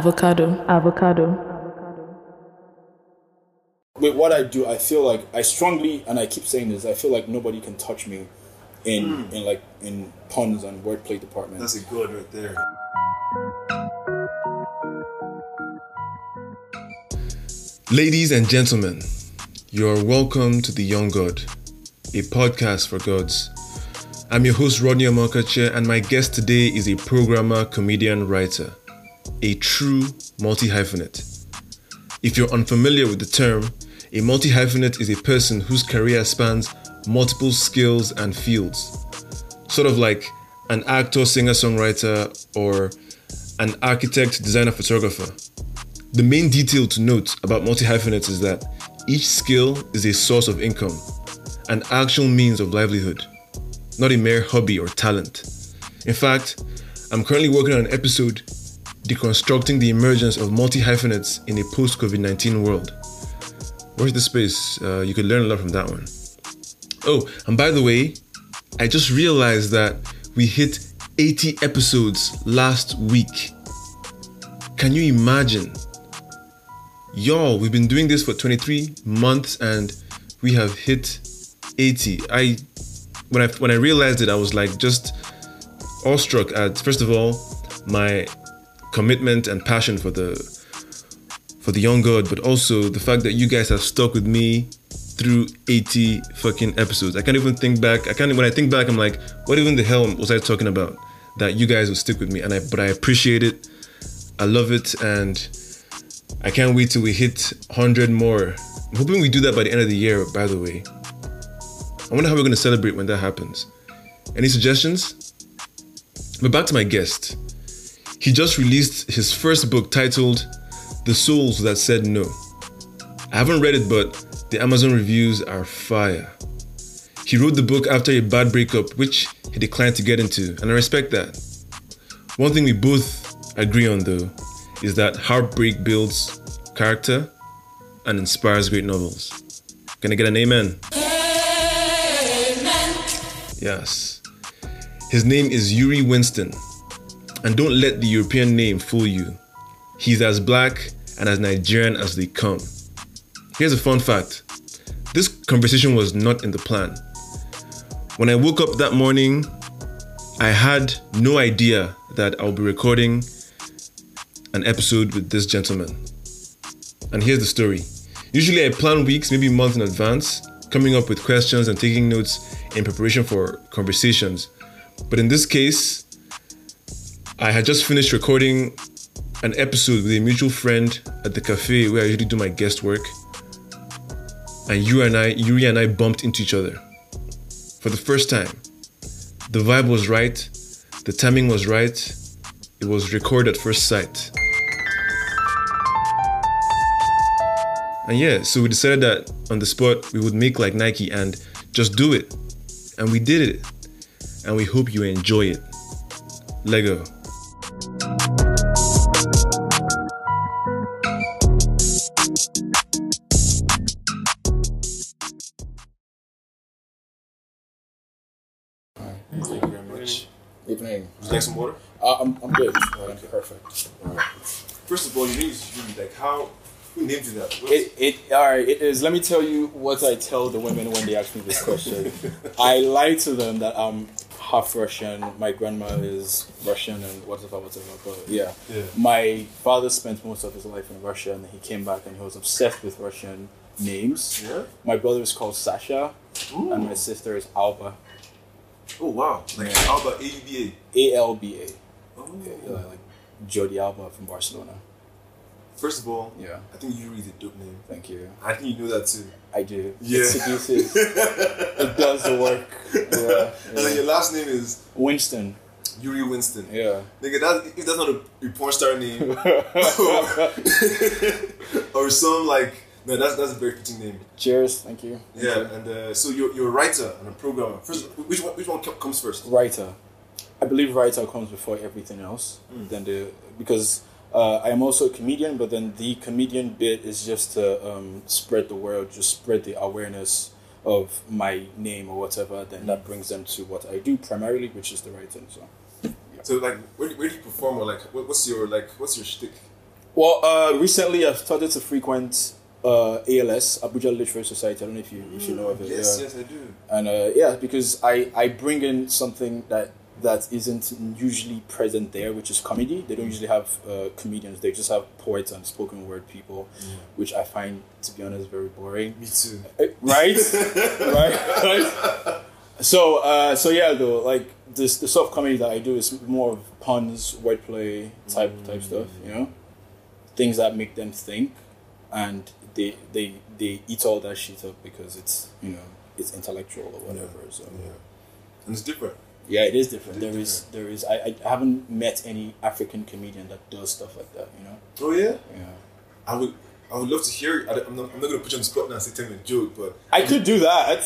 Avocado. Avocado. with what I do, I feel like I strongly, and I keep saying this, I feel like nobody can touch me in in like in puns and wordplay department. That's a good right there. Ladies and gentlemen, you're welcome to The Young God, a podcast for gods. I'm your host, Rodney Amokache, and my guest today is a programmer, comedian, writer, a true multi hyphenate. If you're unfamiliar with the term, a multi hyphenate is a person whose career spans multiple skills and fields, sort of like an actor, singer, songwriter, or an architect, designer, photographer. The main detail to note about multi hyphenates is that each skill is a source of income, an actual means of livelihood, not a mere hobby or talent. In fact, I'm currently working on an episode deconstructing the emergence of multi hyphenates in a post COVID 19 world. Where's the space? Uh, you could learn a lot from that one. Oh, and by the way, I just realized that we hit 80 episodes last week. Can you imagine? Y'all, we've been doing this for 23 months and we have hit 80. I when I when I realized it, I was like just awestruck at first of all my commitment and passion for the for the young god, but also the fact that you guys have stuck with me through 80 fucking episodes. I can't even think back. I can't when I think back, I'm like, what even the hell was I talking about? That you guys would stick with me. And I but I appreciate it. I love it and I can't wait till we hit 100 more. I'm hoping we do that by the end of the year, by the way. I wonder how we're going to celebrate when that happens. Any suggestions? But back to my guest. He just released his first book titled The Souls That Said No. I haven't read it, but the Amazon reviews are fire. He wrote the book after a bad breakup, which he declined to get into, and I respect that. One thing we both agree on, though, is that heartbreak builds character and inspires great novels. Can I get an amen? Yes. His name is Yuri Winston. And don't let the European name fool you. He's as black and as Nigerian as they come. Here's a fun fact this conversation was not in the plan. When I woke up that morning, I had no idea that I'll be recording an episode with this gentleman. And here's the story. Usually, I plan weeks, maybe months in advance, coming up with questions and taking notes in preparation for conversations. But in this case, I had just finished recording an episode with a mutual friend at the cafe where I usually do my guest work. And you and I, Yuri and I bumped into each other for the first time. The vibe was right, the timing was right, it was record at first sight. And yeah, so we decided that on the spot we would make like Nike and just do it. And we did it. And we hope you enjoy it. Lego. Thank you very much. Evening. Would you like some water? Uh, I'm, I'm good. I'm perfect. First of all, your name is Yuri. Like, how? Who named you that? What- It, it all right. It is. Let me tell you what I tell the women when they ask me this question. I lie to them that I'm half Russian. My grandma is Russian and whatever, whatever. But yeah, Yeah. my father spent most of his life in Russia, and he came back and he was obsessed with Russian names. yeah. My brother is called Sasha, and my sister is Alba. Oh wow. Like, Yeah. how about AUBA? A L B A. Oh. Like Jody Alba from Barcelona. First of all, Yeah. I think Yuri is a dope name. Thank you. I think you know that too. I do. Yeah. It seduces. it does the work. Yeah, And then yeah. your last name is Winston. Yuri Winston. Yeah. Nigga, that if that's not a, a porn star name, or, or some like no, that's that's a very fitting name. Cheers. Thank you. Yeah, and uh, so you're, you're a writer and a programmer. First, which one which one co- comes first? Writer. I believe writer comes before everything else. Than the because uh, I am also a comedian, but then the comedian bit is just to um, spread the word, just spread the awareness of my name or whatever. Then that brings them to what I do primarily, which is the writing. So. So like, where, do- where do you perform or like what, what's your like what's your shtick? Well, uh, recently I've started to frequent uh, ALS, Abuja Literary Society. I don't know if you if you know of it. Yes, yeah. yes, I do. And uh, yeah, because I I bring in something that that isn't usually present there, which is comedy. They don't usually have uh, comedians. They just have poets and spoken word people, which I find to be honest very boring. Me too. Eh, right right right so uh so yeah though like this the soft comedy that i do is more of puns wordplay type type stuff you know things that make them think and they they they eat all that shit up because it's you know it's intellectual or whatever so Yeah. And it's different. yeah it is different there is there is I, I haven't met any african comedian that does stuff like that you know Oh yeah. yeah I would. I would love to hear it. I, am not, I'm not going to put you on the spot now and say tell me a joke, but i could do that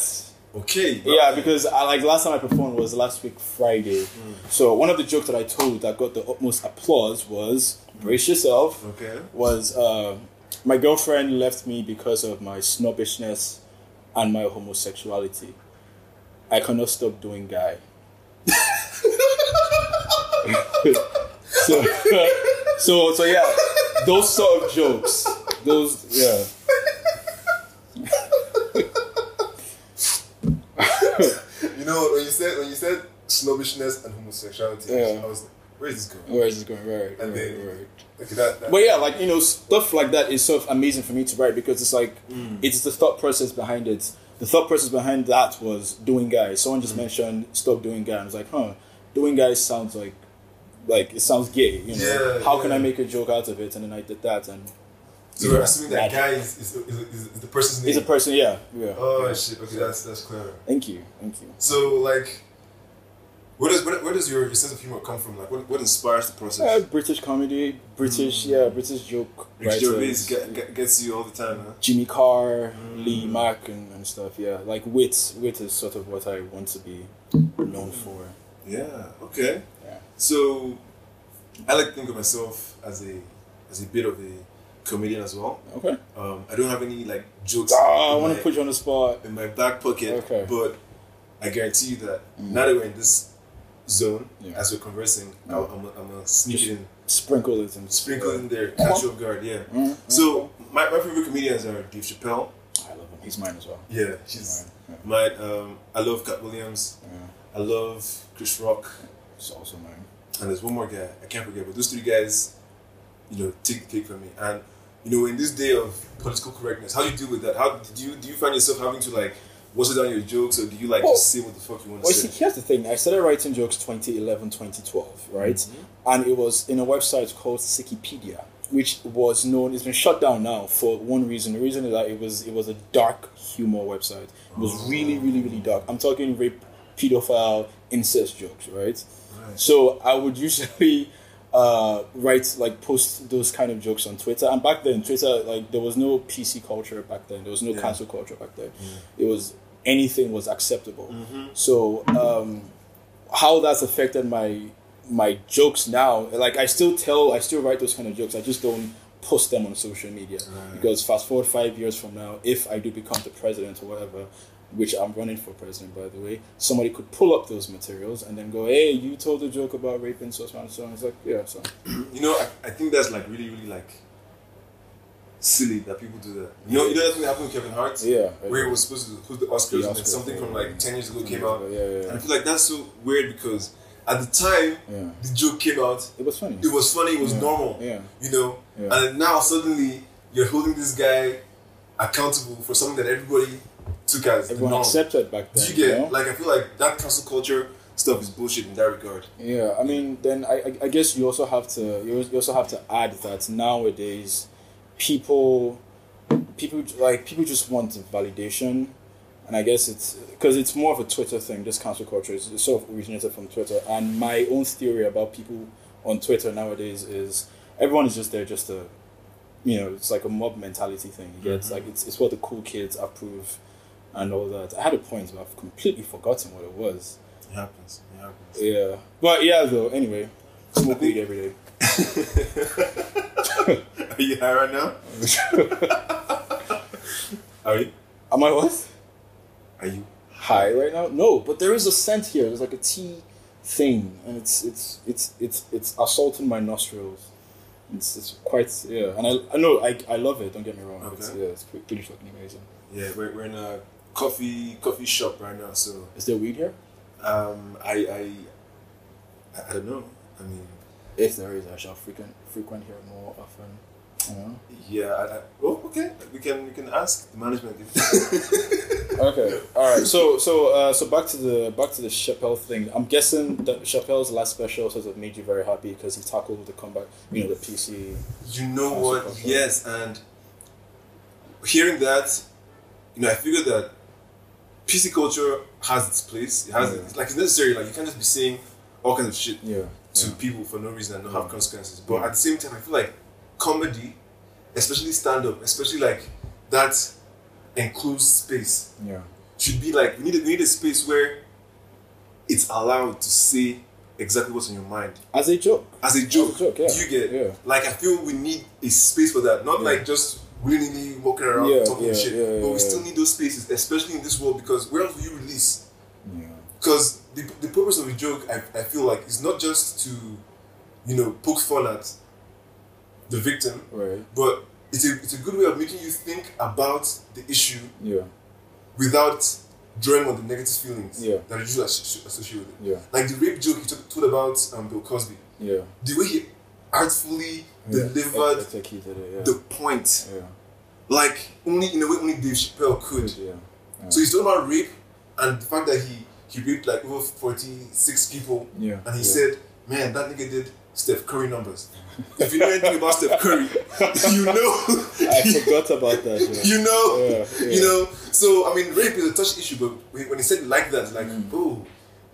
okay. but- Yeah, because I like last time I performed was last week Friday. Mm. So one of the jokes that I told that got the utmost applause was brace yourself. Okay. Was uh, my girlfriend left me because of my snobbishness and my homosexuality. I cannot stop doing guy. so, so so yeah, those sort of jokes. Those yeah. You know when you said when you said snobbishness and homosexuality, Yeah. I was like, where is this going? Where is this going? Right, And right, then- right. Okay, that, that But yeah, like you know, stuff like that is so amazing for me to write because it's like Mm. it's the thought process behind it. The thought process behind that was doing guys. Someone Mm. just mentioned stop doing guys. I was like, huh, doing guys sounds like like it sounds gay. You know, Yeah, how can yeah. I make a joke out of it? And then I did that, and so we're assuming that Magic. guy is, is, is, is the person's name. it's a person. Yeah, yeah. oh shit! Okay, that's that's clever. Thank you, thank you. So like, where does where, where does your, your sense of humor come from? Like, what, what inspires the Uh, process? British comedy, British, Mm. yeah, British joke Ricky Gervais writers. get, get, gets you all the time, huh? Jimmy Carr, Lee Mack, and, and stuff. Yeah, like wit. Wit is sort of what I want to be known for. Yeah. Okay. Yeah. So, I like to think of myself as a as a bit of a comedian as well. Okay. Um, I don't have any like jokes. Ah, I in want my- to put you on the spot. in my back pocket. Okay. Mm-hmm. But I guarantee you that now that we're in this zone, Yeah. as we're conversing, I'll, I'm gonna- I'm gonna sneak it in, Sprinkle it and sprinkle in there, catch you off guard. Yeah. Mm-hmm. So my, my favorite comedians are Dave Chappelle. I love him. He's mine as well. Yeah, she's my. Um, I love Cat Williams. I love Chris Rock, He's also mine. and there's one more guy I can't forget. But those three guys, you know, take the cake from me. And you know, in this day of political correctness, how do you deal with that? How do you do you find yourself having to like water down your jokes, or do you like Well- just say what the fuck you want to Well, say? see, here's the thing. I started writing jokes 2011, 2012, right? And it was in a website called Wikipedia, which was known. It's been shut down now for one reason. The reason is that it was it was a dark humor website. It was really, really, really dark. I'm talking rape, pedophile, incest jokes, right? So I would usually uh, write like post those kind of jokes on Twitter. And back then, Twitter like there was no PC culture back then. There was no cancel culture back then. It was anything was acceptable. So um, how that's affected my my jokes now. Like I still tell, I still write those kind of jokes. I just don't post them on social media because fast forward five years from now, if I do become the president or whatever, which I'm running for president by the way, somebody could pull up those materials and then go, "Hey, you told a joke about rape and so on and so on." It's like, yeah, so You know, I, I think that's like really, really like silly that people do that. You know, you know that's what happened with Kevin Hart. Yeah. where he was supposed to host the Oscars, The and then Oscars, something from yeah. like ten years ago came out. Yeah, yeah, yeah. And I feel like that's so weird because at the time Yeah. the joke came out, it was funny. it was funny, it was normal. yeah. You know, Yeah. and now suddenly you're holding this guy accountable for something that everybody took as the Everyone norm. accepted back then. Did you get know? like I feel like that cancel culture stuff is bullshit in that regard. Yeah, I mean, then I, I- I guess you also have to you al- you also have to add that nowadays, people, people j- like people just want validation, and I guess it's because it's more of a Twitter thing. This cancel culture is it's sort of originated from Twitter, and my own theory about people on Twitter nowadays is everyone is just there just to, you know, it's like a mob mentality thing. You get like it's it's what the cool kids approve, and all that. I had a point, but I've completely forgotten what it was. It happens. It happens. Yeah. But yeah, though, anyway, smoke weed every day. Are you high right now? Are you? Am I what? Are you? High right now? No, but there is a scent here. There's like a tea thing, and it's it's it's it's it's assaulting my nostrils. It's, it's quite yeah, and I I know I, I love it. Don't get me wrong. It's, Okay. yeah, it's pretty, pretty fucking amazing. Yeah, we're, we're in a coffee coffee shop right now, so Is there weed here? um, I, I I I don't know. I mean, If there is, I shall frequent frequent here more often. You know? yeah. I, I, oh, okay. We can we can ask the management. If Okay. All right. So so uh, so back to the back to the Chappelle thing. I'm guessing that Chappelle's last special sort of made you very happy because he tackled the comeback. You know the PC. You know That's what? what I'm saying. Yes, and hearing that, you know, I figured that PC culture has its place. It has Yeah. it's like it's necessary. Like you can't just be saying all kinds of shit Yeah. to yeah. people for no reason and not have Yeah. consequences. But at the same time, I feel like comedy, especially stand up, especially like that enclosed space, Yeah. should be like we need a, we need a space where it's allowed to say exactly what's on your mind As a joke. as a joke. As a joke, yeah. Do you get? Yeah. Like I feel we need a space for that, not Yeah. like just willingly walking around Yeah, talking yeah, shit. yeah, but yeah, we still yeah. need those spaces, especially in this world, because where else do you release? Yeah. Because the, the purpose of a joke, I, I feel like, is not just to, you know, poke fun at the victim, Right. but it's a, it's a good way of making you think about the issue Yeah. without drawing on the negative feelings Yeah. that are usually asso- associated with it. Yeah. Like the rape joke you t- told about um, Bill Cosby Yeah. the way he artfully Yeah. delivered That's the key to it, yeah. the point, yeah. like only in a way only Dave Chappelle could. Yeah. So he's talking about rape and the fact that he he raped like over forty six people, Yeah. and he yeah. said, "Man, that nigga did Steph Curry numbers." if you know anything about Steph Curry, you I know, forgot about that. Yeah. you know, Yeah, yeah. you know. So I mean, rape is a touchy issue, but when when he said it like that, like, Mm. oh,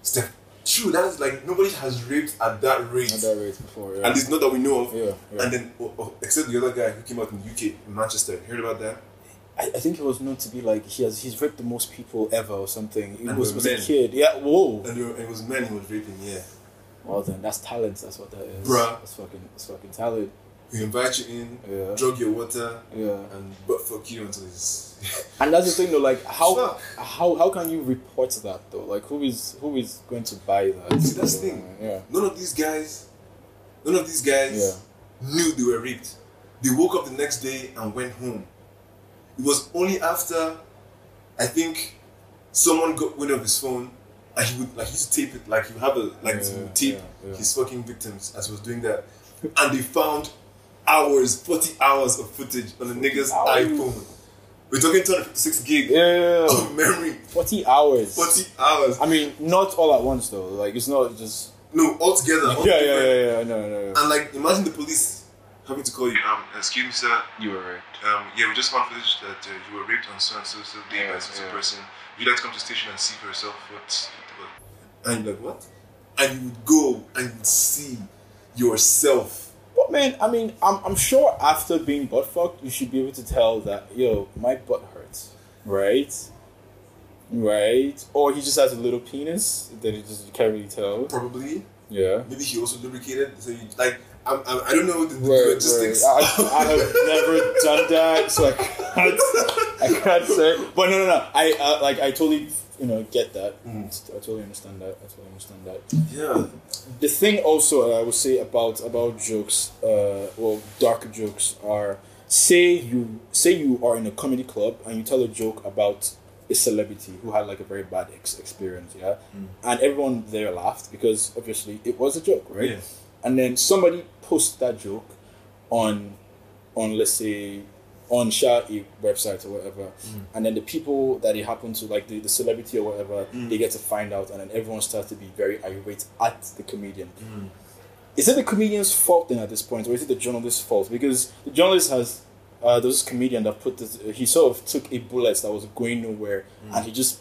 Steph, true. That is like nobody has raped at that rate, At that rate before. Yeah. at least not that we know of. yeah, yeah. And then, oh, oh, except the other guy who came out in the UK, in Manchester, heard about that? I, I think it was known to be like he has he's raped the most people ever or something. It And was, were was a men. kid. Yeah. Whoa. And there- it was men who was raping, yeah. Well then, that's talent. That's what that is. Bruh. That's fucking. That's fucking talent. He invite you in, Yeah. drug your water, Yeah. and butt fuck you until it's. And that's the thing though. Like how Fuck. how how can you report that though? Like who is who is going to buy that? See, that's the thing. Yeah. None of these guys, none of these guys Yeah. knew they were raped. They woke up the next day and went home. It was only after, I think, someone got wind of his phone and he would like he used to tape it like he would have a like he Yeah, would tape yeah, yeah. his fucking victims as he was doing that, and they found hours, forty hours of footage on the nigga's hours? iPhone. We're talking 256 gig Yeah. of memory, Forty hours. forty hours. I mean, not all at once though. Like it's not just. No, altogether. all Yeah, yeah, different. yeah, yeah. No, no. no. And like, imagine the police having to call you. Um, excuse me, sir. You were raped. Um, yeah, we just found footage that uh, you were raped on so and so so day by so so person. Would you like to come to the station and see for yourself what? what? And you're like, what? And you would go and you'd see yourself. But man, I mean, I'm, I'm sure after being butt fucked, you should be able to tell that yo, my butt hurts, right? Right? Or he just has a little penis that he just you can't really tell. Probably, Yeah. maybe he also lubricated. So you like, I'm, I'm, I don't know the, the Word, word. logistics. I, I have never done that, so I can't, I can't say. But no, no, no. I uh, like I totally, you know, get that. I totally understand that. I totally understand that. yeah, the thing also that I would say about about jokes, uh, well, dark jokes are say you say you are in a comedy club and you tell a joke about a celebrity who had like a very bad ex- experience, yeah, and everyone there laughed because obviously it was a joke, right? Yeah. And then somebody posts that joke on on let's say on Sha e website or whatever, and then the people that it happened to, like the, the celebrity or whatever, they get to find out, and then everyone starts to be very irate at the comedian. Is it the comedian's fault then at this point, or is it the journalist's fault? Because the journalist has uh, there was this comedian that put this, he sort of took a bullet that was going nowhere, and he just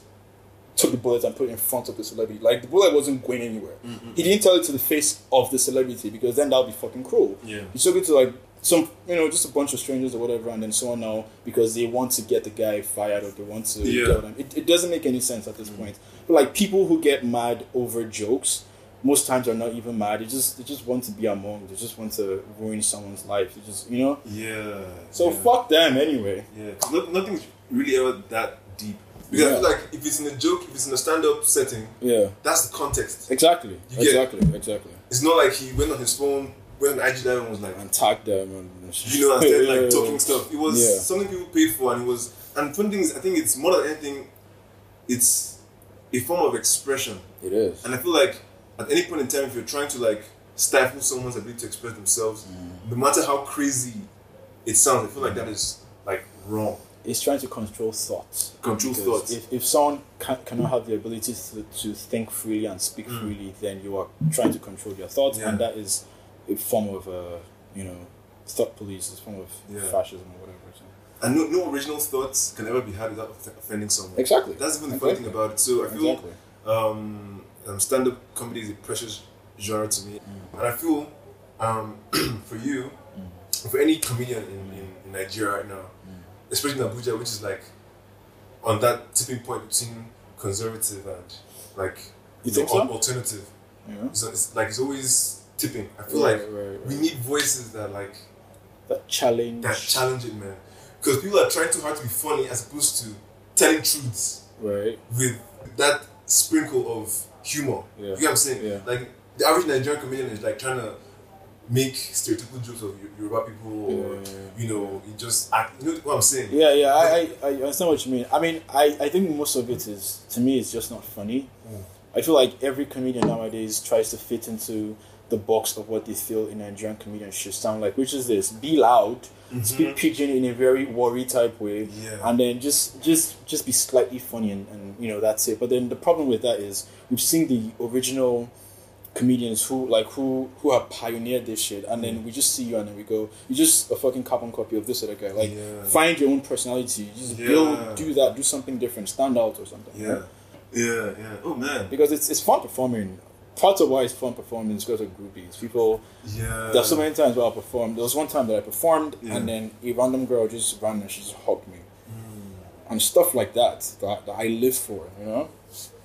took the bullet and put it in front of the celebrity. Like the bullet wasn't going anywhere. He didn't tell it to the face of the celebrity because then that would be fucking cruel. Yeah. He took it to like some you know, just a bunch of strangers or whatever and then someone now because they want to get the guy fired or they want to Yeah. Mm. kill them. It, it doesn't make any sense at this point. But like people who get mad over jokes most times are not even mad. They just they just want to be among. They just want to ruin someone's life. They just you know. yeah. So yeah. fuck them anyway. Yeah, no, nothing's really ever that deep. Because I Yeah. feel like if it's in a joke, if it's in a stand-up setting, Yeah. that's the context. Exactly. You get it. Exactly. Exactly. It's not like he went on his phone, went on IG Live and was like, and tag them and you know, and started like Yeah. talking stuff. It was Yeah. something people paid for, and it was. And funny thing is, I think it's more than anything, it's a form of expression. It is. And I feel like at any point in time, if you're trying to like stifle someone's ability to express themselves, Mm. no matter how crazy it sounds, I feel like that is like wrong. It's trying to control thoughts. Control Because thoughts. If, if someone can, cannot have the ability to, to think freely and speak freely, then you are trying to control their thoughts, Mm. Yeah. and that is a form of uh, you know thought police, a form of Yeah. fascism or whatever. so. And no, no original thoughts can ever be had without off- offending someone. Exactly. That's even the funny thing Exactly. about it. So I feel Exactly. um, um, stand-up comedy is a precious genre to me, Mm. and I feel um, for you, Mm. for any comedian in, in, in Nigeria right now, especially in Abuja, which is like on that tipping point between conservative and like You think al- so? alternative. You know? So it's like it's always tipping. I feel Right, like right, right. we need voices that like That challenge. that challenge it, man, because people are trying too hard to be funny as opposed to telling truths right. with that sprinkle of humor. Yeah. You get what I'm saying? Yeah. Like the average Nigerian comedian is like trying to make stereotypical jokes of Yo- Yoruba people, or Yeah, yeah, yeah. you know, you just act. You know what I'm saying? Yeah, yeah, I, I, I understand what you mean. I mean, I, I think most of it is, to me, it's just not funny. I feel like every comedian nowadays tries to fit into the box of what they feel a Nigerian comedian should sound like, which is this: be loud, speak pidgin in a very worry type way, Yeah. and then just just just be slightly funny, and, and you know that's it. But then the problem with that is we've seen the original comedians who like who who have pioneered this shit, and then we just see you and then we go, you're just a fucking carbon copy of this other guy. Like, Yeah. find your own personality, just Yeah. build, do that, do something different, stand out or something. yeah, yeah, yeah. Oh man, Because it's it's fun performing. Part of why it's fun performing is because of groupies. People yeah. there's so many times where I performed. There was one time that I performed, Yeah. and then a random girl just ran and she just hugged me, Hmm. and stuff like that, that that I live for. You know,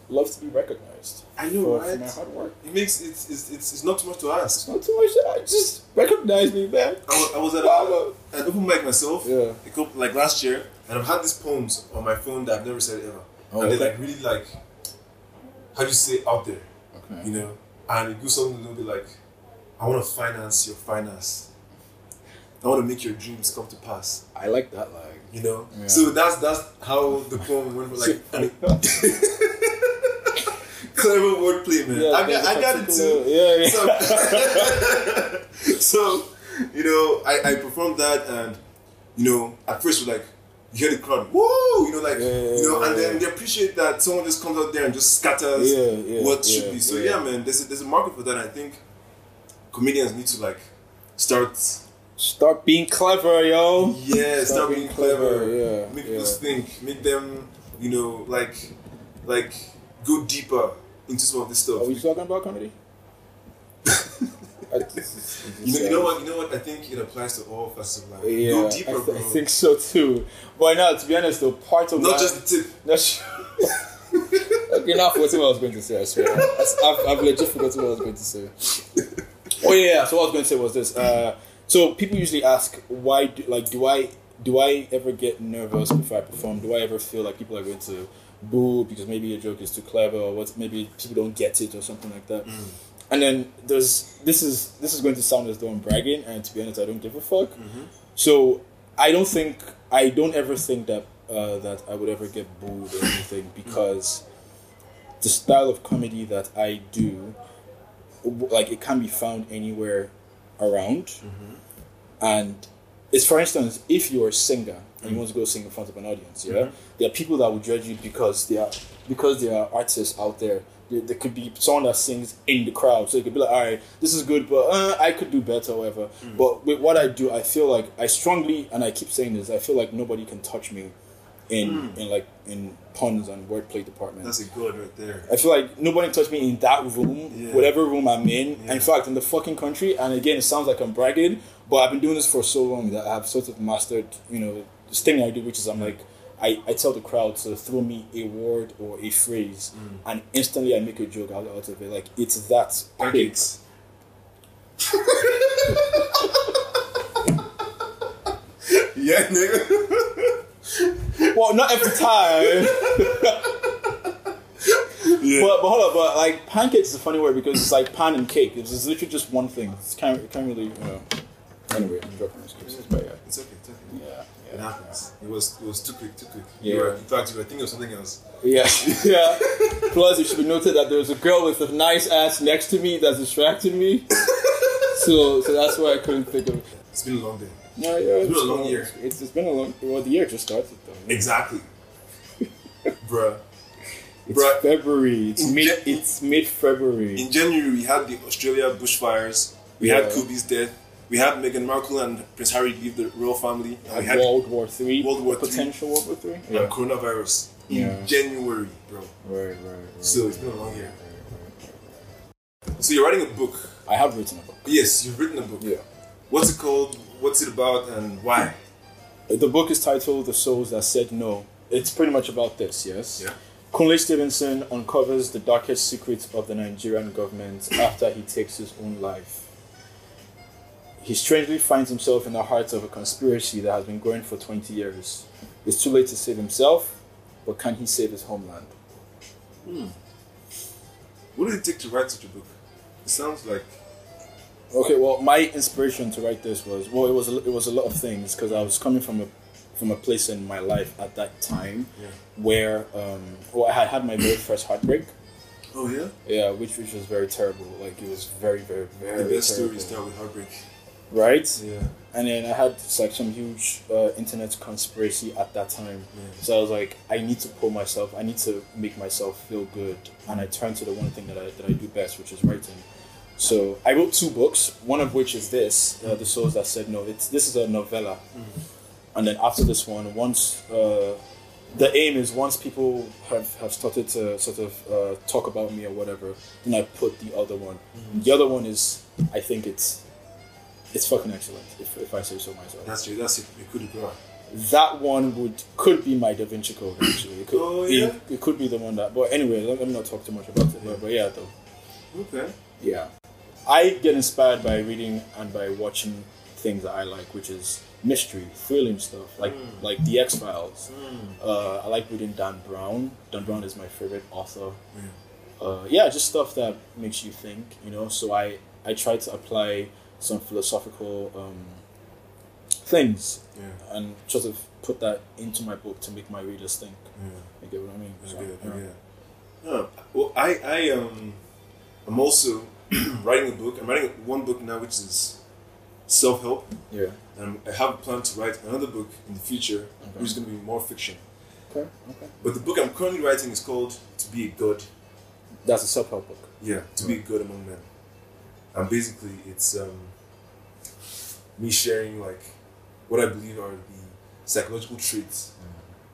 love to be recognized. I know, for, for right? my hard work. It makes it's it's, it's it's not too much to ask. Not too much. I just recognize me, man. I was, I was at Wow. a, an open mic myself, Yeah. a couple, like last year, and I've had these poems on my phone that I've never said ever. Oh, and they okay. like really like, how do you say out there, Okay. you know? And it goes something a little bit like, I want to finance your finance. I want to make your dreams come to pass, I like that. Like, you know? Yeah. So that's that's how the poem went from like, Shit. and it- clever wordplay, man. Yeah, I, got, there's a I got it particular- too. yeah, yeah. So, so, you know, I, I performed that, and you know, at first we're like, you hear the crowd, whoa, you know, like, Yeah, yeah, you know, and yeah, then yeah. they appreciate that someone just comes out there and just scatters Yeah, yeah, what yeah, should be. So yeah. yeah, man, there's a, there's a market for that. I think comedians need to like start, start being clever, yo. yeah, start, being, clever, yeah, make yeah. people think, make them, you know, like, like go deeper into some of this stuff. Are we talking about comedy? I- You know, you know what? You know what? I think it applies to all facets of life. Yeah, Go I, deeper, th- bro. I think so too. But now, to be honest, though, part of Not why- just the tip. That's okay, now I forgot what I was going to say. I swear, I've, I've legit forgotten what I was going to say. Oh yeah, yeah. So what I was going to say was this. Uh, so people usually ask why, do, like, do I do I ever get nervous before I perform? Do I ever feel like people are going to boo because maybe a joke is too clever or what? Maybe people don't get it or something like that. And then there's this is this is going to sound as though I'm bragging, and to be honest, I don't give a fuck. So I don't think I don't ever think that uh, that I would ever get booed or anything because the style of comedy that I do, w- like it can be found anywhere around, and it's for instance if you're a singer and you want to go sing in front of an audience, yeah, there are people that will judge you because they are because there are artists out there. There, there could be someone that sings in the crowd, so it could be like, all right, this is good, but uh, I could do better, or whatever. But with what I do, I feel like I strongly, and I keep saying this, I feel like nobody can touch me in in like in puns and wordplay department. That's a god right there. I feel like nobody touched me in that room, Yeah. whatever room I'm in. Yeah. In fact, in the fucking country, and again, it sounds like I'm bragging, but I've been doing this for so long that I've sort of mastered, you know, this thing I do, which is I'm like, I, I tell the crowd to throw me a word or a phrase, Mm. and instantly I make a joke out, out of it. Like, it's that quick. Pancakes. yeah, nigga. Well, not every time. Yeah. But, but hold up, but like pancakes is a funny word because it's like pan and cake. It's, it's literally just one thing. It's kind of, it can't really. You know. Anyway, I'm dropping excuses, but yeah. It's okay, it's okay. Yeah, It happens. It was it was too quick, too quick. Yeah. You were, in fact, you were thinking of something else. yeah, yeah. Plus, it should be noted that there's a girl with a nice ass next to me that's distracting me. so, so that's why I couldn't think of. it. It's been a long day. Yeah, yeah, been a long year. It's, it's been a long. Well, the year just started though. Exactly. Bruh. It's Bruh. February. It's In mid. Jan- It's mid February. In January, we had the Australia bushfires. We had Yeah. Kubi's death. We had Meghan Markle and Prince Harry leave the royal family. And we had World War Three. World War Potential World War Three. and coronavirus in Yeah. January, bro. Right, right, right. So it's been a long year. So you're writing a book. I have written a book. Yes, you've written a book. What's it called? What's it about? And why? The book is titled The Souls That Said No. It's pretty much about this, yes? Yeah. Kunle Stevenson uncovers the darkest secrets of the Nigerian government after he takes his own life. He strangely finds himself in the heart of a conspiracy that has been going for 20 years. It's too late to save himself, but can he save his homeland? What did it take to write such a book? It sounds like Okay, well, my inspiration to write this was well, it was a, it was a lot of things because I was coming from a from a place in my life at that time Yeah. where um, well, I had had my very first heartbreak. oh yeah, Yeah, which which was very terrible. Like it was very very very the best terrible. stories start with heartbreak. right? Yeah, And then I had just, like some huge uh, internet conspiracy at that time. Yeah. So I was like, I need to pull myself. I need to make myself feel good. And I turned to the one thing that I that I do best, which is writing. So I wrote two books. One of which is this, uh, the souls that said no. It's this is a novella. Mm. And then after this one, once. Uh, the aim is once people have, have started to sort of uh, talk about me or whatever, then I put the other one. Mm. The other one is, I think it's it's fucking excellent, if, if I say so myself. that's it. That's it. It could go. that one would could be my Da Vinci Code actually. It could, Oh, it- yeah? it, could be the one that. But anyway, let, let me not talk too much about it. But, but yeah, though. Okay. Yeah. I get inspired by reading and by watching things that I like, which is mystery, thrilling stuff, like like The X Files. Uh, I like reading Dan Brown. Dan Brown is my favorite author. Uh, yeah, just stuff that makes you think, you know. So I I try to apply some philosophical um, things Yeah. and sort of put that into my book to make my readers think. Yeah. You get what I mean? That's So, good. yeah. Yeah. Huh. Well, I I um, I'm also writing a book. I'm writing one book now, which is self help. Yeah. And I have a plan to write another book in the future, which is going to be more fiction. Okay. Okay. But the book I'm currently writing is called "To Be a God." That's a self-help book. Yeah, to be good among men. And basically, it's um, me sharing like what I believe are the psychological traits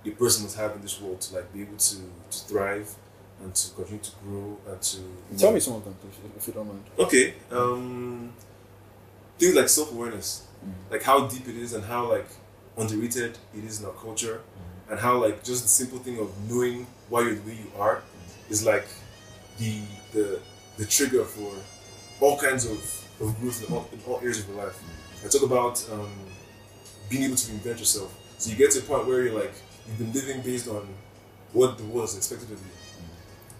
a person must have in this world to like be able to, to thrive and to continue to grow and to Tell me some of them, please, if you don't mind. Okay, um, things like self awareness, like how deep it is and how like underrated it is in our culture, and how like just the simple thing of knowing why you're the way you are is like the the the trigger for all kinds of, of growth in all, in all areas of your life. I talk about um, being able to reinvent yourself. So you get to a point where you're like you've been living based on what the world has expected of you.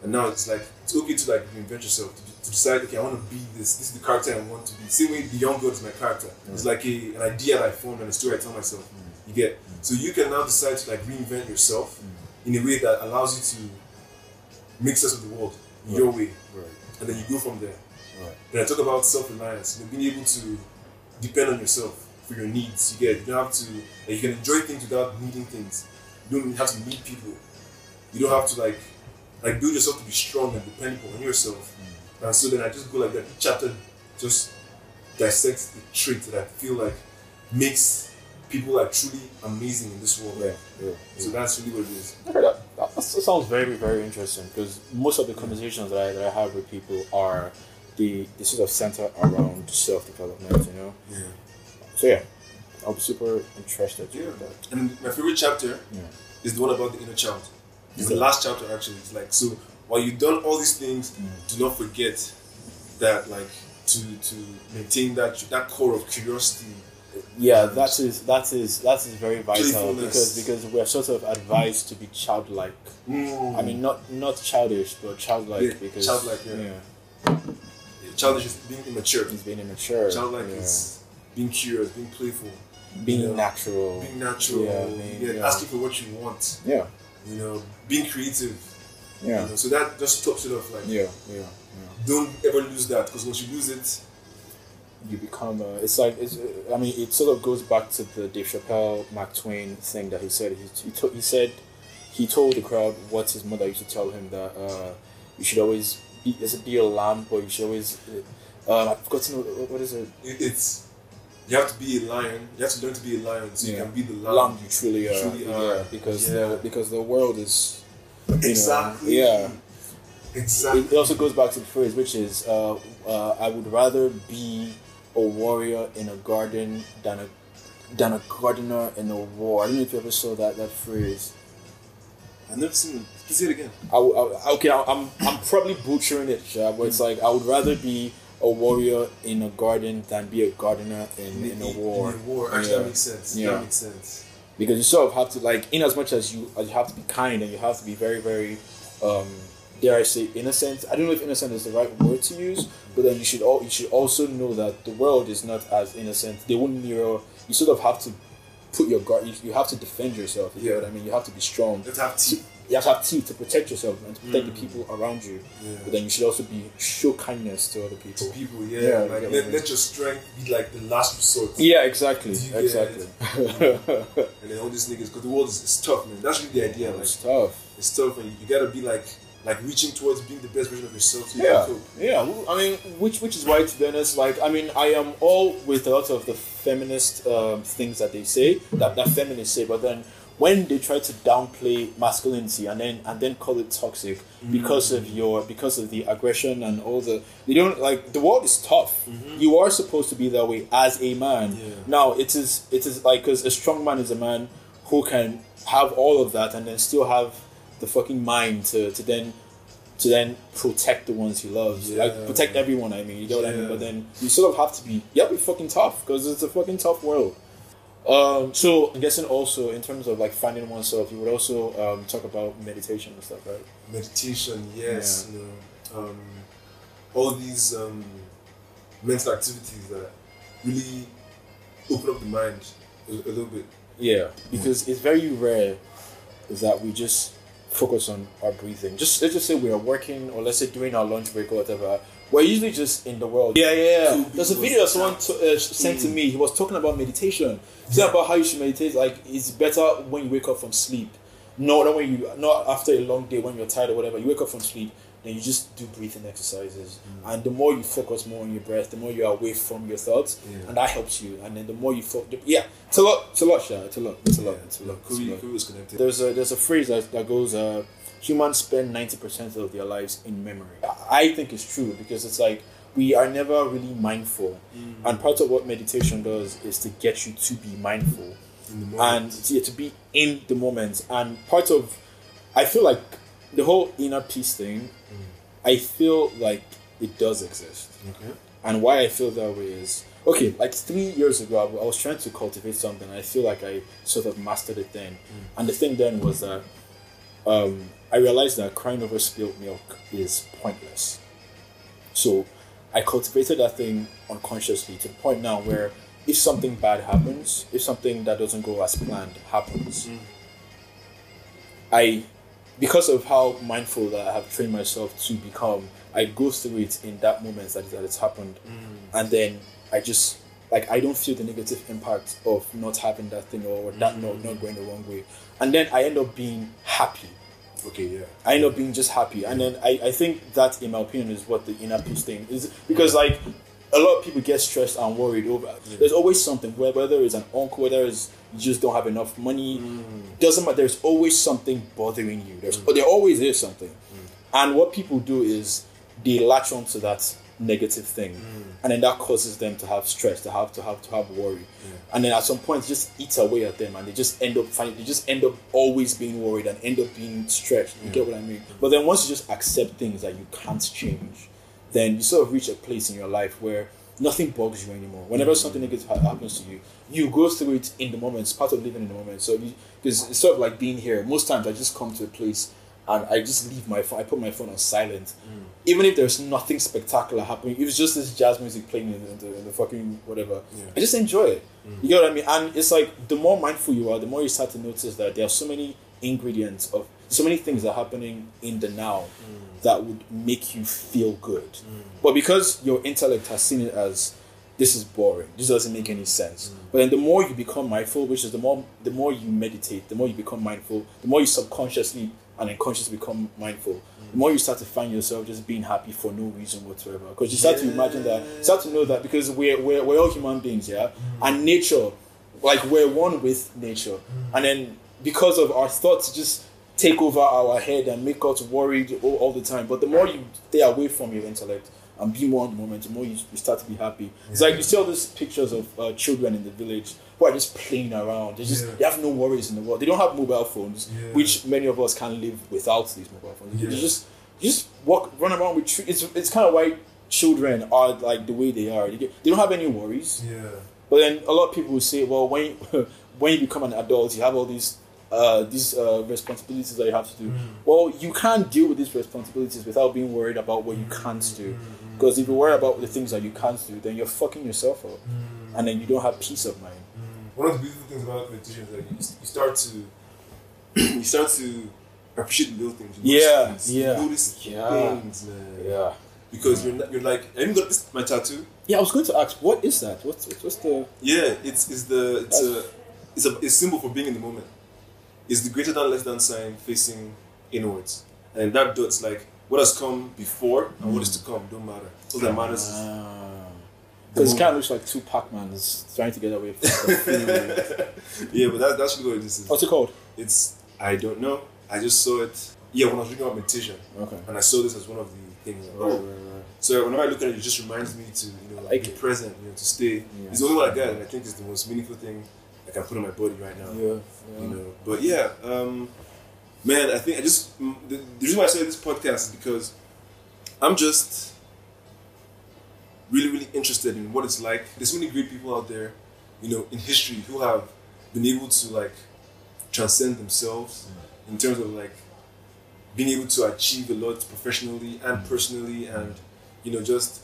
And now it's like it's okay to like reinvent yourself to, to decide okay I want to be this this is the character I want to be same way the young girl is my character it's like a, an idea that I formed and a story I tell myself you get so you can now decide to like reinvent yourself in a way that allows you to make sense of the world your way Right. and then you go from there Right. then I talk about self-reliance, you know, being able to depend on yourself for your needs. You get you don't have to like, you can enjoy things without needing things. You don't have to need people. You don't have to like like build yourself to be strong and dependable on yourself. Mm. And so then I just go like that each chapter just dissects the trait that I feel like makes people like truly amazing in this world. Yeah. Yeah. So that's really what it is. Okay, that, that, that sounds very, very interesting because most of the conversations that I, that I have with people are the, the sort of center around self development, you know? Yeah. So, yeah, I'll be super interested to Yeah. read that. And my favorite chapter is the one about the inner child. It's the last chapter actually. It's like so while you've done all these things, do not forget that like to to maintain that that core of curiosity yeah, that is that is that is very vital Playfulness. because because we're sort of advised to be childlike. Mm. I mean, not not childish, but childlike Mm-hmm. Yeah, because childlike, yeah. Childish is being immature. it's being immature. Childlike yeah. is being curious, being playful, being you know, natural. being natural, Yeah, yeah, being- yeah. asking for what you want, yeah, you know, being creative. yeah, You know, so that just tops it off. Like, yeah, yeah. don't ever lose that because once you lose it, You become. Uh, it's like it's. uh, I mean, it sort of goes back to the Dave Chappelle, Mark Twain thing that he said. He he, to, he said he told the crowd what his mother used to tell him that uh, you should always be there's a be a lamb, but you should always. Uh, um, I've forgotten what, what is it. it, it's you have to be a lion. You have to learn to be a lion so Yeah. you can be the lion. lamb you truly are, Truly yeah, are. because Yeah. the because the world is you know, Exactly. yeah Exactly. it, it also goes back to the phrase which is uh, uh, I would rather be a warrior in a garden than a than a gardener in a war I don't know if you ever saw that that phrase I've never seen it. Please say it again. I, w- I w- okay I, I'm I'm probably butchering it yeah, but it's like I would rather be a warrior in a garden than be a gardener in, in a war In a war. Actually, Yeah. that makes sense. Yeah. That makes sense. because you sort of have to like in as much as you as you have to be kind and you have to be very very um dare i say innocent i don't know if innocent is the right word to use but then you should all you should also know that the world is not as innocent they won't mirror you sort of have to put your guard you, you have to defend yourself you know Yeah. what i mean you have to be strong Let's have tea. you have to have teeth to protect yourself and to protect the people around you Yeah. but then you should also be show kindness to other people People, yeah. Yeah, like, yeah. let, let your strength be like the last resort. yeah exactly Yeah. exactly And then all these niggas, because the world is it's tough, man. That's really the idea. Like, it's tough it's tough, and you, you gotta be like, like reaching towards being the best version of yourself. So you Yeah, can cope. yeah. w- I mean, which which is why, to be honest, like I mean, I am all with a lot of the feminist um, things that they say that that feminists say, but then when they try to downplay masculinity and then and then call it toxic because of your because of the aggression and all the they don't like the world is tough. You are supposed to be that way as a man. Yeah. Now it is it is like because a strong man is a man who can have all of that and then still have the fucking mind to, to then to then protect the ones he loves. Like Yeah. protect everyone. I mean, you know what I mean. Yeah. But then you sort of have to be yeah, be fucking tough because it's a fucking tough world. Um, so I'm guessing also in terms of like finding oneself, you would also um, talk about meditation and stuff, right? meditation, yes, you know, um, all these um, mental activities that really open up the mind a, a little bit. Yeah, because it's very rare that we just focus on our breathing. Just let's just say we are working, or let's say during our lunch break or whatever. We're usually just in the world. Yeah, yeah. yeah. There's a video that someone to, uh, sent to me. He was talking about meditation. It's not about how you should meditate. Like it's better when you wake up from sleep. No, not when you not after a long day when you're tired or whatever. You wake up from sleep, then you just do breathing exercises. Mm. And the more you focus more on your breath, the more you're away from your thoughts, Yeah. and that helps you. And then the more you focus, yeah, it's a lot, it's a lot, yeah, it's a lot, it's a lot, it's a Yeah, lot. it's a Kuri, lot. Kuri was connected. There's a there's a phrase that, that goes, uh, humans spend ninety percent of their lives in memory. I- I think it's true because it's like we are never really mindful, and part of what meditation does is to get you to be mindful in the morning. and yeah, to be in the moment. And part of, I feel like the whole inner peace thing, I feel like it does exist. Mm. okay. And why I feel that way is okay. Like three years ago, I w- I was trying to cultivate something. I feel like I sort of mastered it then. Mm. And the thing then was that um, I realized that crying over spilled milk is pointless. So I cultivated that thing unconsciously to the point now where if something bad happens, if something that doesn't go as planned happens, I, because of how mindful that I have trained myself to become, I go through it in that moment that, that it's happened. And then I just, like, I don't feel the negative impact of not having that thing or that not, not going the wrong way. And then I end up being happy. Okay, yeah. I end up being just happy. And then I, I think that, in my opinion, is what the inner peace thing is. Because, like, a lot of people get stressed and worried over. There's always something, whe- whether it's an uncle, whether it's you just don't have enough money, doesn't matter. There's always something bothering you. There's, There always is something. And what people do is they latch onto that negative thing. And then that causes them to have stress, to have to have to have worry. And then at some point it just eats away at them and they just end up finding they just end up always being worried and end up being stretched. You get what I mean? But then once you just accept things that you can't change, then you sort of reach a place in your life where nothing bugs you anymore. Whenever something negative ha- happens to you, you go through it in the moment. It's part of living in the moment. So you, cause it's sort of like being here. Most times I just come to a place and I just leave my phone. I put my phone on silent, even if there's nothing spectacular happening. It was just this jazz music playing in the, in the, in the fucking whatever. I just enjoy it. You know what I mean? And it's like the more mindful you are, the more you start to notice that there are so many ingredients of so many things that are happening in the now that would make you feel good. But because your intellect has seen it as this is boring, this doesn't make any sense. But then the more you become mindful, which is the more the more you meditate, the more you become mindful, the more you subconsciously and unconsciously become mindful, the more you start to find yourself just being happy for no reason whatsoever. Because you start to imagine that, you start to know that because we're we're, we're all human beings, yeah, and nature like we're one with nature and then because of our thoughts just take over our head and make us worried all, all the time but the more you stay away from your intellect and be more in the moment the more you, you start to be happy it's like you see all these pictures of uh, children in the village who are just playing around they just Yeah. they have no worries in the world they don't have mobile phones Yeah. which many of us can live without these mobile phones Yeah. you just you just walk run around with tre- it's, it's kind of why children are like the way they are they, they don't have any worries Yeah. but then a lot of people will say, well, when when you become an adult, you have all these uh, these uh, responsibilities that you have to do. Mm. Well, you can't deal with these responsibilities without being worried about what you can't Mm. do. Because if you worry about the things that you can't do, then you're fucking yourself up, Mm. and then you don't have peace of mind. One of the beautiful things about meditation is that you, you start to you start to appreciate the little things. You Yeah, notice things, you yeah. notice Yeah. things, man. Yeah. Because you're not, you're like, have you noticed my tattoo? Yeah, I was going to ask, what is that? What's what's the Yeah, it's, it's the it's a it's a it's symbol for being in the moment. It's the greater than less than sign facing inwards, and that dot's like what has come before and what is to come don't matter. All that matters is Ah. because it kind of looks like two Pac-Mans trying to get away from the feeling. yeah, but that, that's really what this is. What's it called? It's I don't know. I just saw it. Yeah, when I was reading about meditation, Okay. and I saw this as one of the things. Like, oh. So whenever I look at it, it just reminds me to you know like be Like- present, you know, to stay. It's the only one I got, and I think it's the most meaningful thing I can put on my body right now. Yeah. you know. But yeah, um, man, I think I just mm, the, the reason why I started this podcast is because I'm just really, really interested in what it's like. There's so many great people out there, you know, in history who have been able to like transcend themselves in terms of like being able to achieve a lot professionally and personally, and you know, just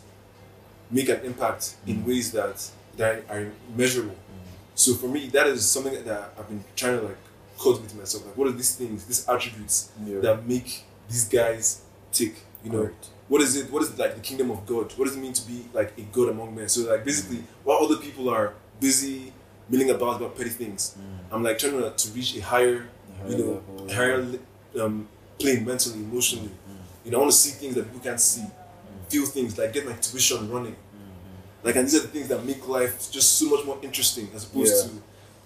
make an impact in ways that that are measurable. So for me, that is something that I've been trying to like cultivate myself. Like, what are these things, these attributes Yeah. that make these guys tick? You know, Correct. what is it? What is like the kingdom of God? What does it mean to be like a god among men? So like basically, while other people are busy milling about about petty things, I'm like trying to, to reach a higher, you know, level, yeah. higher li- um, plane mentally, emotionally. You know, I want to see things that people can't see, feel things like get my intuition running. Like, and these are the things that make life just so much more interesting as opposed Yeah. to,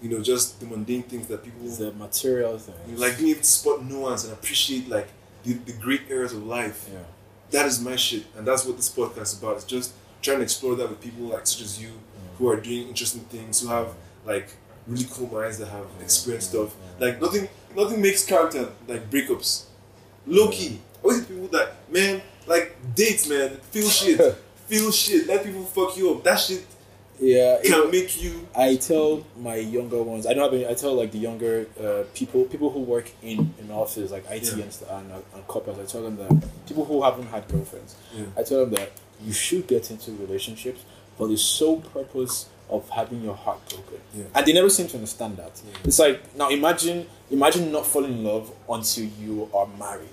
you know, just the mundane things that people It's the material thing. like being able to spot nuance and appreciate like the, the great areas of life. yeah. That is my shit, and that's what this podcast is about. It's just trying to explore that with people like such as you, who are doing interesting things, who have like really cool minds that have experienced stuff. Like nothing, nothing makes character like breakups. Low key, always people that man like dates, man. Feel shit, feel shit. Let people fuck you up. That shit Yeah, it- can make you. I tell my younger ones. I don't have any. I tell like the younger uh, people, people who work in in offices like IT Yeah. and, st- and uh, and corporates. I tell them that people who haven't had girlfriends. Yeah. I tell them that you should get into relationships for the sole purpose of having your heart broken. Yeah. And they never seem to understand that. It's like now imagine imagine not falling in love until you are married.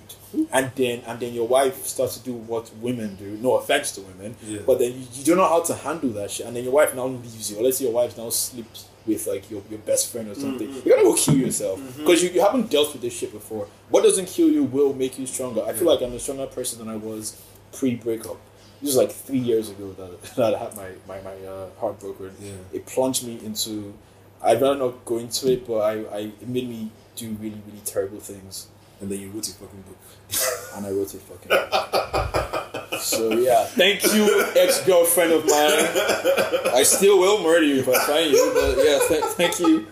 And then and then your wife starts to do what women do. No offense to women, Yeah. but then you, you don't know how to handle that shit. And then your wife now leaves you, or let's say your wife now sleeps with like your, your best friend or something. You're gonna go kill yourself because you, you haven't dealt with this shit before. What doesn't kill you will make you stronger. I feel like I'm a stronger person than I was pre breakup. This was like three years ago that, that I had my my, my uh, heart broken. Yeah. It plunged me into. I'd rather not go into it, but I, I it made me do really really terrible things, And then you wrote a fucking book. and I wrote it fucking. So yeah, thank you, ex girlfriend of mine. I still will murder you if I find you, but yeah, th- thank you.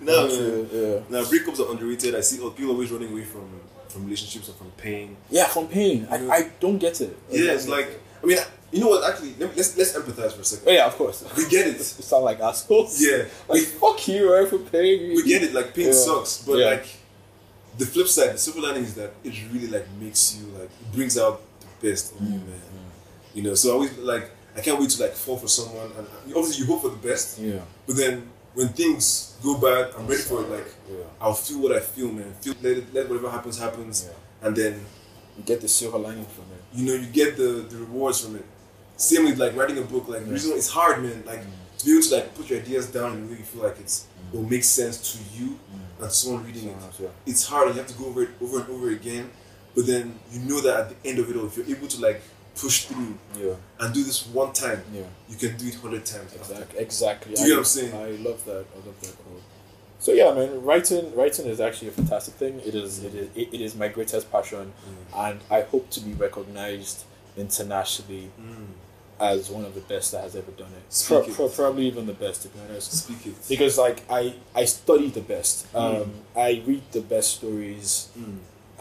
No, man. Yeah, yeah. Now breakups are underrated. I see oh, people always running away from from relationships or from pain. Yeah, from pain. I, I don't get it. Yeah, it's like I mean, you know what? Actually, let me, let's let's empathize for a second. Oh, yeah, of course. We get it. We sound like assholes. Yeah. Like, fuck you, right, for paying me. we get it, like pain Yeah. sucks, but Yeah. like the flip side, the silver lining is that it really like makes you like it brings out the best in you, Mm, man. You know, so I always like I can't wait to like fall for someone, and and obviously you hope for the best, Yeah. but then when things go bad, I'm ready for it. Like Yeah. I'll feel what I feel, man. Feel let it, let whatever happens happens, and then You get the silver lining from it. you know you get the, the rewards from it. Same with like writing a book, like the reason it's hard, man. Like to be able to like put your ideas down in a way you feel like it's will make sense to you and someone reading Mm. Someone else, it. yeah. It's hard. You have to go over it over and over again, but then you know that at the end of it all, if you're able to like push through Yeah. and do this one time, Mm. Yeah. you can do it hundred times. after. Exactly. Exactly. Do you get I- what I'm saying? I love that. I love that quote. So yeah, man, writing writing is actually a fantastic thing. It is it is it, it is my greatest passion, and I hope to be recognized internationally as one of the best that has ever done Mm. it. Pro- Speak it. pro- probably even the best, to be honest. Speak it. Because like I I study the best. Um, I read the best stories.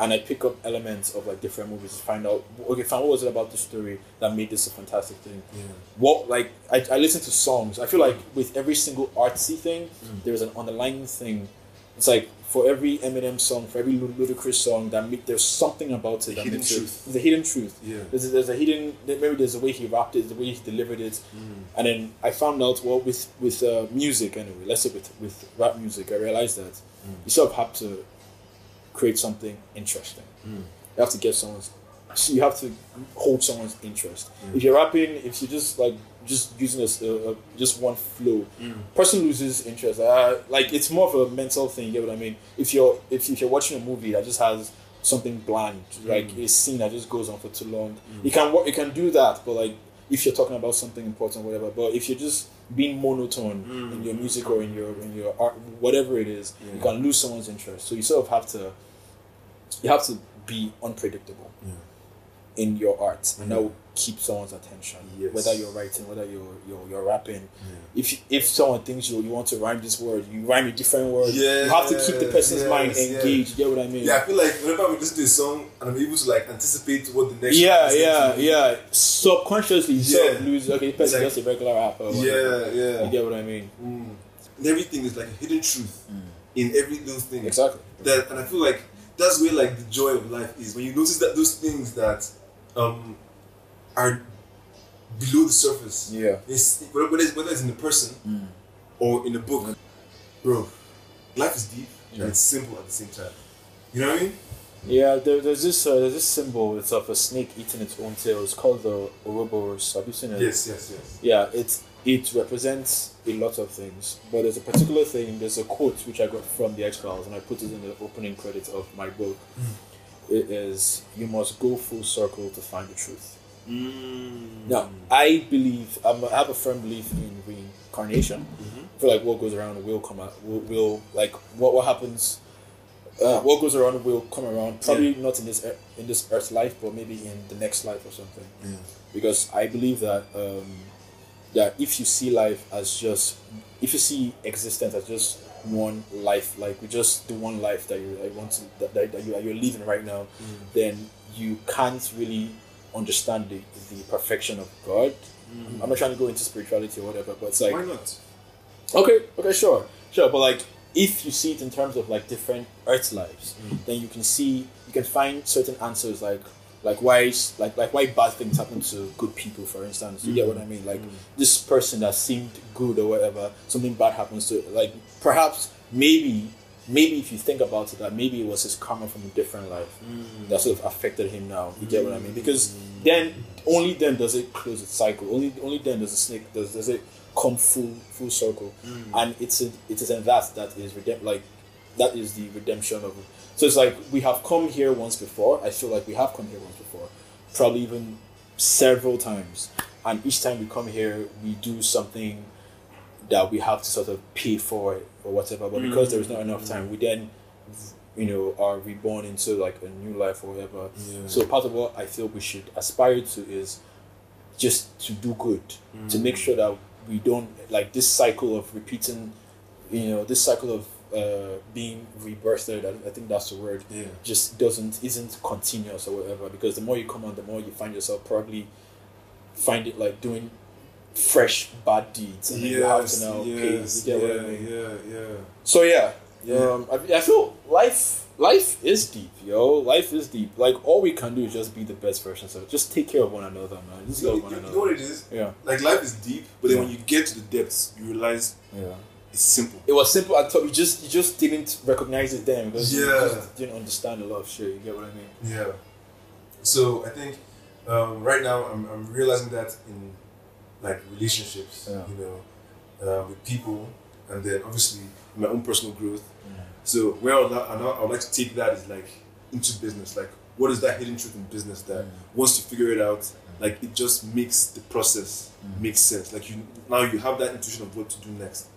And I pick up elements of like different movies to find out okay, fine, what was it about the story that made this a fantastic thing? Yeah. what like I, I listen to songs i feel like with every single artsy thing Mm. there's an underlying thing it's like for every eminem song for every Lu- ludacris song that make, there's something about it that Hidden makes truth. it, the hidden truth Yeah. there's, there's a hidden there- maybe there's a way he rapped it the way he delivered it Mm. and then i found out well with with uh, music anyway let's say with with rap music i realized that Mm. you sort of have to create something interesting you have to get someone's so you have to hold someone's interest if you're rapping if you're just like just using this uh, uh, just one flow person loses interest uh, like it's more of a mental thing you get what i mean if you're if, if you're watching a movie that just has something bland like a scene that just goes on for too long you can wa- you can do that but like if you're talking about something important whatever but if you're just being monotone in your music or in your in your art whatever it is you can lose someone's interest so you sort of have to you have to be unpredictable in your art, and that will keep someone's attention. Yes. Whether you're writing, whether you're you're, you're rapping, if if someone thinks you you want to rhyme this word, you rhyme a different word. you have to keep the person's Yes, mind yes. engaged. You get what I mean? Yeah, I feel like whenever I listen to a song and I'm able to like anticipate what the next Yeah, person yeah, is yeah. Subconsciously, you sort of Yeah. lose. Okay, this person's Like- just a regular rapper. or doing. whatever. yeah, yeah. You get what I mean? And everything is like a hidden truth in every little thing. Mm. Exactly. That, and I feel like that's where like the joy of life is when you notice that those things that um, are below the surface. Yeah. Mm. It's, whether, whether it's, whether it's in the person or in the book, bro. Life is deep and it's simple at the same time. You know what I mean? Yeah, there, there's this uh, there's this symbol. It's of a snake eating its own tail. It's called the Ouroboros. Have you seen it? Yes, yes, yes. yeah, it's it represents a lot of things, but there's a particular thing. There's a quote which I got from the X Files, and I put it in the opening credits of my book. It is, "You must go full circle to find the truth." Hmm. Now, I believe I'm, I have a firm belief in reincarnation. I feel like what goes around will come out. Will, will like what what happens. Uh, what goes around will come around. Probably not in this ear- in this earth life, but maybe in the next life or something. Because I believe that um, that if you see life as just if you see existence as just one life like we just the one life that you that you want to that, that, that you, that you're living right now then you can't really understand the, the perfection of god i'm not trying to go into spirituality or whatever but it's like Why not? Okay, okay, sure, sure. But like, if you see it in terms of like different Earth lives, then you can see you can find certain answers like like why s- like like why bad things happen to good people, for instance. You get what I mean? Like this person that seemed good or whatever, something bad happens to. Like perhaps maybe maybe if you think about it, that maybe it was his karma from a different life that sort of affected him now. You get what I mean? Because then only then does it close its cycle. Only only then does the snake does does it come full full circle. And it's in, it is in that that is redemp like that is the redemption of it. So it's like we have come here once before. I feel like we have come here once before, probably even several times. And each time we come here, we do something that we have to sort of pay for it or whatever. But because there is not enough time, we then, you know, are reborn into like a new life or whatever. So part of what I feel we should aspire to is just to do good, to make sure that we don't like this cycle of repeating, you know, this cycle of uh, being rebirthed. I, I think that's the word. Yeah. Just doesn't isn't continuous or whatever. Because the more you come on, the more you find yourself probably find it like doing fresh bad deeds and then you have to now pay. You get what I mean? yeah, yeah. So yeah, Yeah. Um, I, I feel life life is deep, yo. Life is deep. Like all we can do is just be the best versions of it. Just take care of one another, man. Just You, love you- one you another. know what it is? yeah, Like life is deep, but then Yeah. when you get to the depths, you realize yeah. it's simple. It was simple. I thought you just you just didn't recognize it then because you Yeah. just didn't understand a lot of shit. You get what I mean? Yeah. So I think um, right now I'm, I'm realizing that in like relationships, Yeah. you know, uh, with people, and then obviously my own personal growth. So where I would, li- I would like to take that is like into business. Like, what is that hidden truth in business that once you figure it out, like it just makes the process make sense. Like you now you have that intuition of what to do next.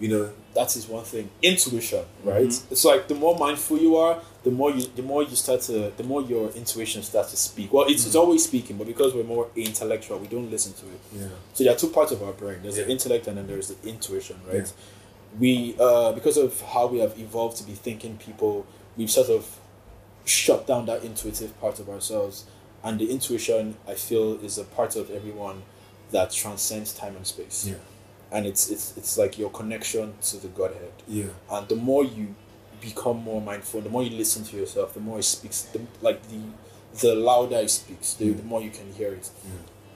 You know, that is one thing intuition right Mm-hmm. it's like the more mindful you are the more you the more you start to the more your intuition starts to speak well it's, Mm-hmm. it's always speaking but because we're more intellectual we don't listen to it yeah, so there are two parts of our brain there's the Yeah. intellect and then there's the intuition right Yeah. we uh, because of how we have evolved to be thinking people we've sort of shut down that intuitive part of ourselves and the intuition i feel is a part of everyone that transcends time and space Yeah. and it's it's it's like your connection to the godhead yeah, and the more you become more mindful the more you listen to yourself the more it speaks the, like the the louder it speaks the, the more you can hear it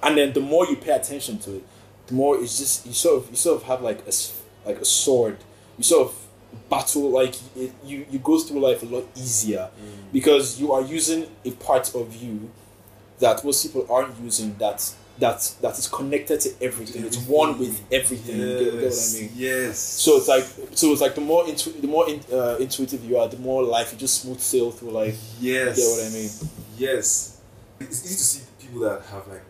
and then the more you pay attention to it the more it's just you sort of you sort of have like a s- like a sword you sort of battle like it, you you go through life a lot easier because you are using a part of you that most people aren't using that that that is connected to everything it's one with everything you get- you get what i mean yes. so it's like so it's like the more intu- the more in, uh, intuitive you are, the more life you just smooth sail through life. Yes. You get what I mean? Yes. It's easy to see people that have like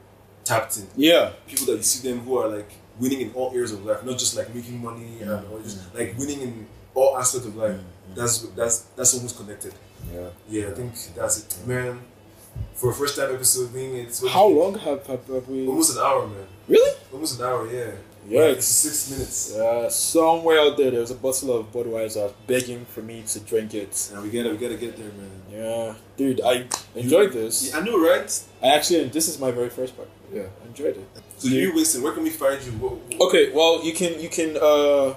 tapped in. Yeah, People that you see them who are like winning in all areas of life, not just like making money and or just Mm-hmm. like winning in all aspects of life. That's that's that's almost connected. yeah. Yeah, I think that's it, man. For a first time episode, being it's How long have, have, have we? Almost an hour, man. Really? Almost an hour, yeah. Yeah, Like, it's- six minutes. Uh, somewhere out there, there's a bottle of Budweiser begging for me to drink it. Yeah, we gotta we gotta get there, man. Yeah, dude, I enjoyed this. Yeah, I know, right? So I actually, this is my very first part. Yeah, I enjoyed it. you wasted. Where can we find you? What, what- Okay, well, you can you can uh,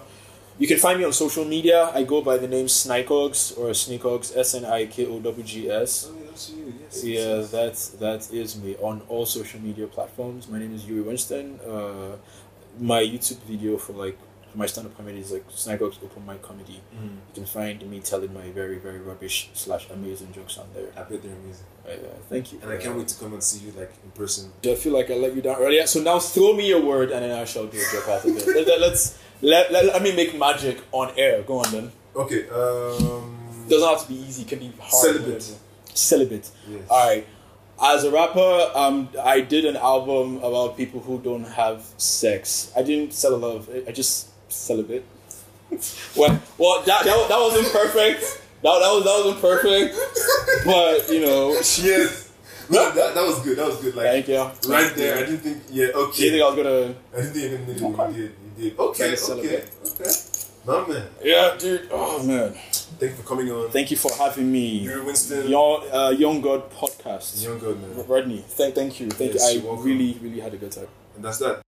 you can find me on social media. I go by the name Snikogs or Snikogs, S N I K O W G S. Oh, yeah, that's you. Yes. Yeah, that's that is me on all social media platforms. My name is Yuri Winston. Uh, my YouTube video for like my stand-up comedy is like Snagox Open Mic Comedy. Mm. You can find me telling my very very rubbish slash amazing jokes on there. I bet they're amazing. Uh, thank you. And I can't wait to come and see you like in person. I feel like I let you down earlier, so now throw me a word and then I shall do a joke out of it. Let, us let, let, let me make magic on air. Go on then. Okay. Um. Doesn't have to be easy. It can be hard. Celibate. Celibate. Yes. All right. As a rapper, um, I did an album about people who don't have sex. I didn't sell a lot of it. I just celibate. well, well, that, that, that wasn't perfect. That, that was that wasn't perfect. But you know, Yes. No, that, that was good. That was good. Like thank you. right there. I didn't think. Yeah. Do you think Okay. I was gonna? I didn't think anything did. You did. You did. Okay. Thanks, Okay. Celibate. Okay. My man. Yeah, dude. Oh man. Thank you for coming on. Thank you for having me. Yuri Winston. Young, uh, Young God podcast. Young God man. Rodney, thank, thank you. Thank Yes, you. you're I welcome. really, really had a good time. And that's that.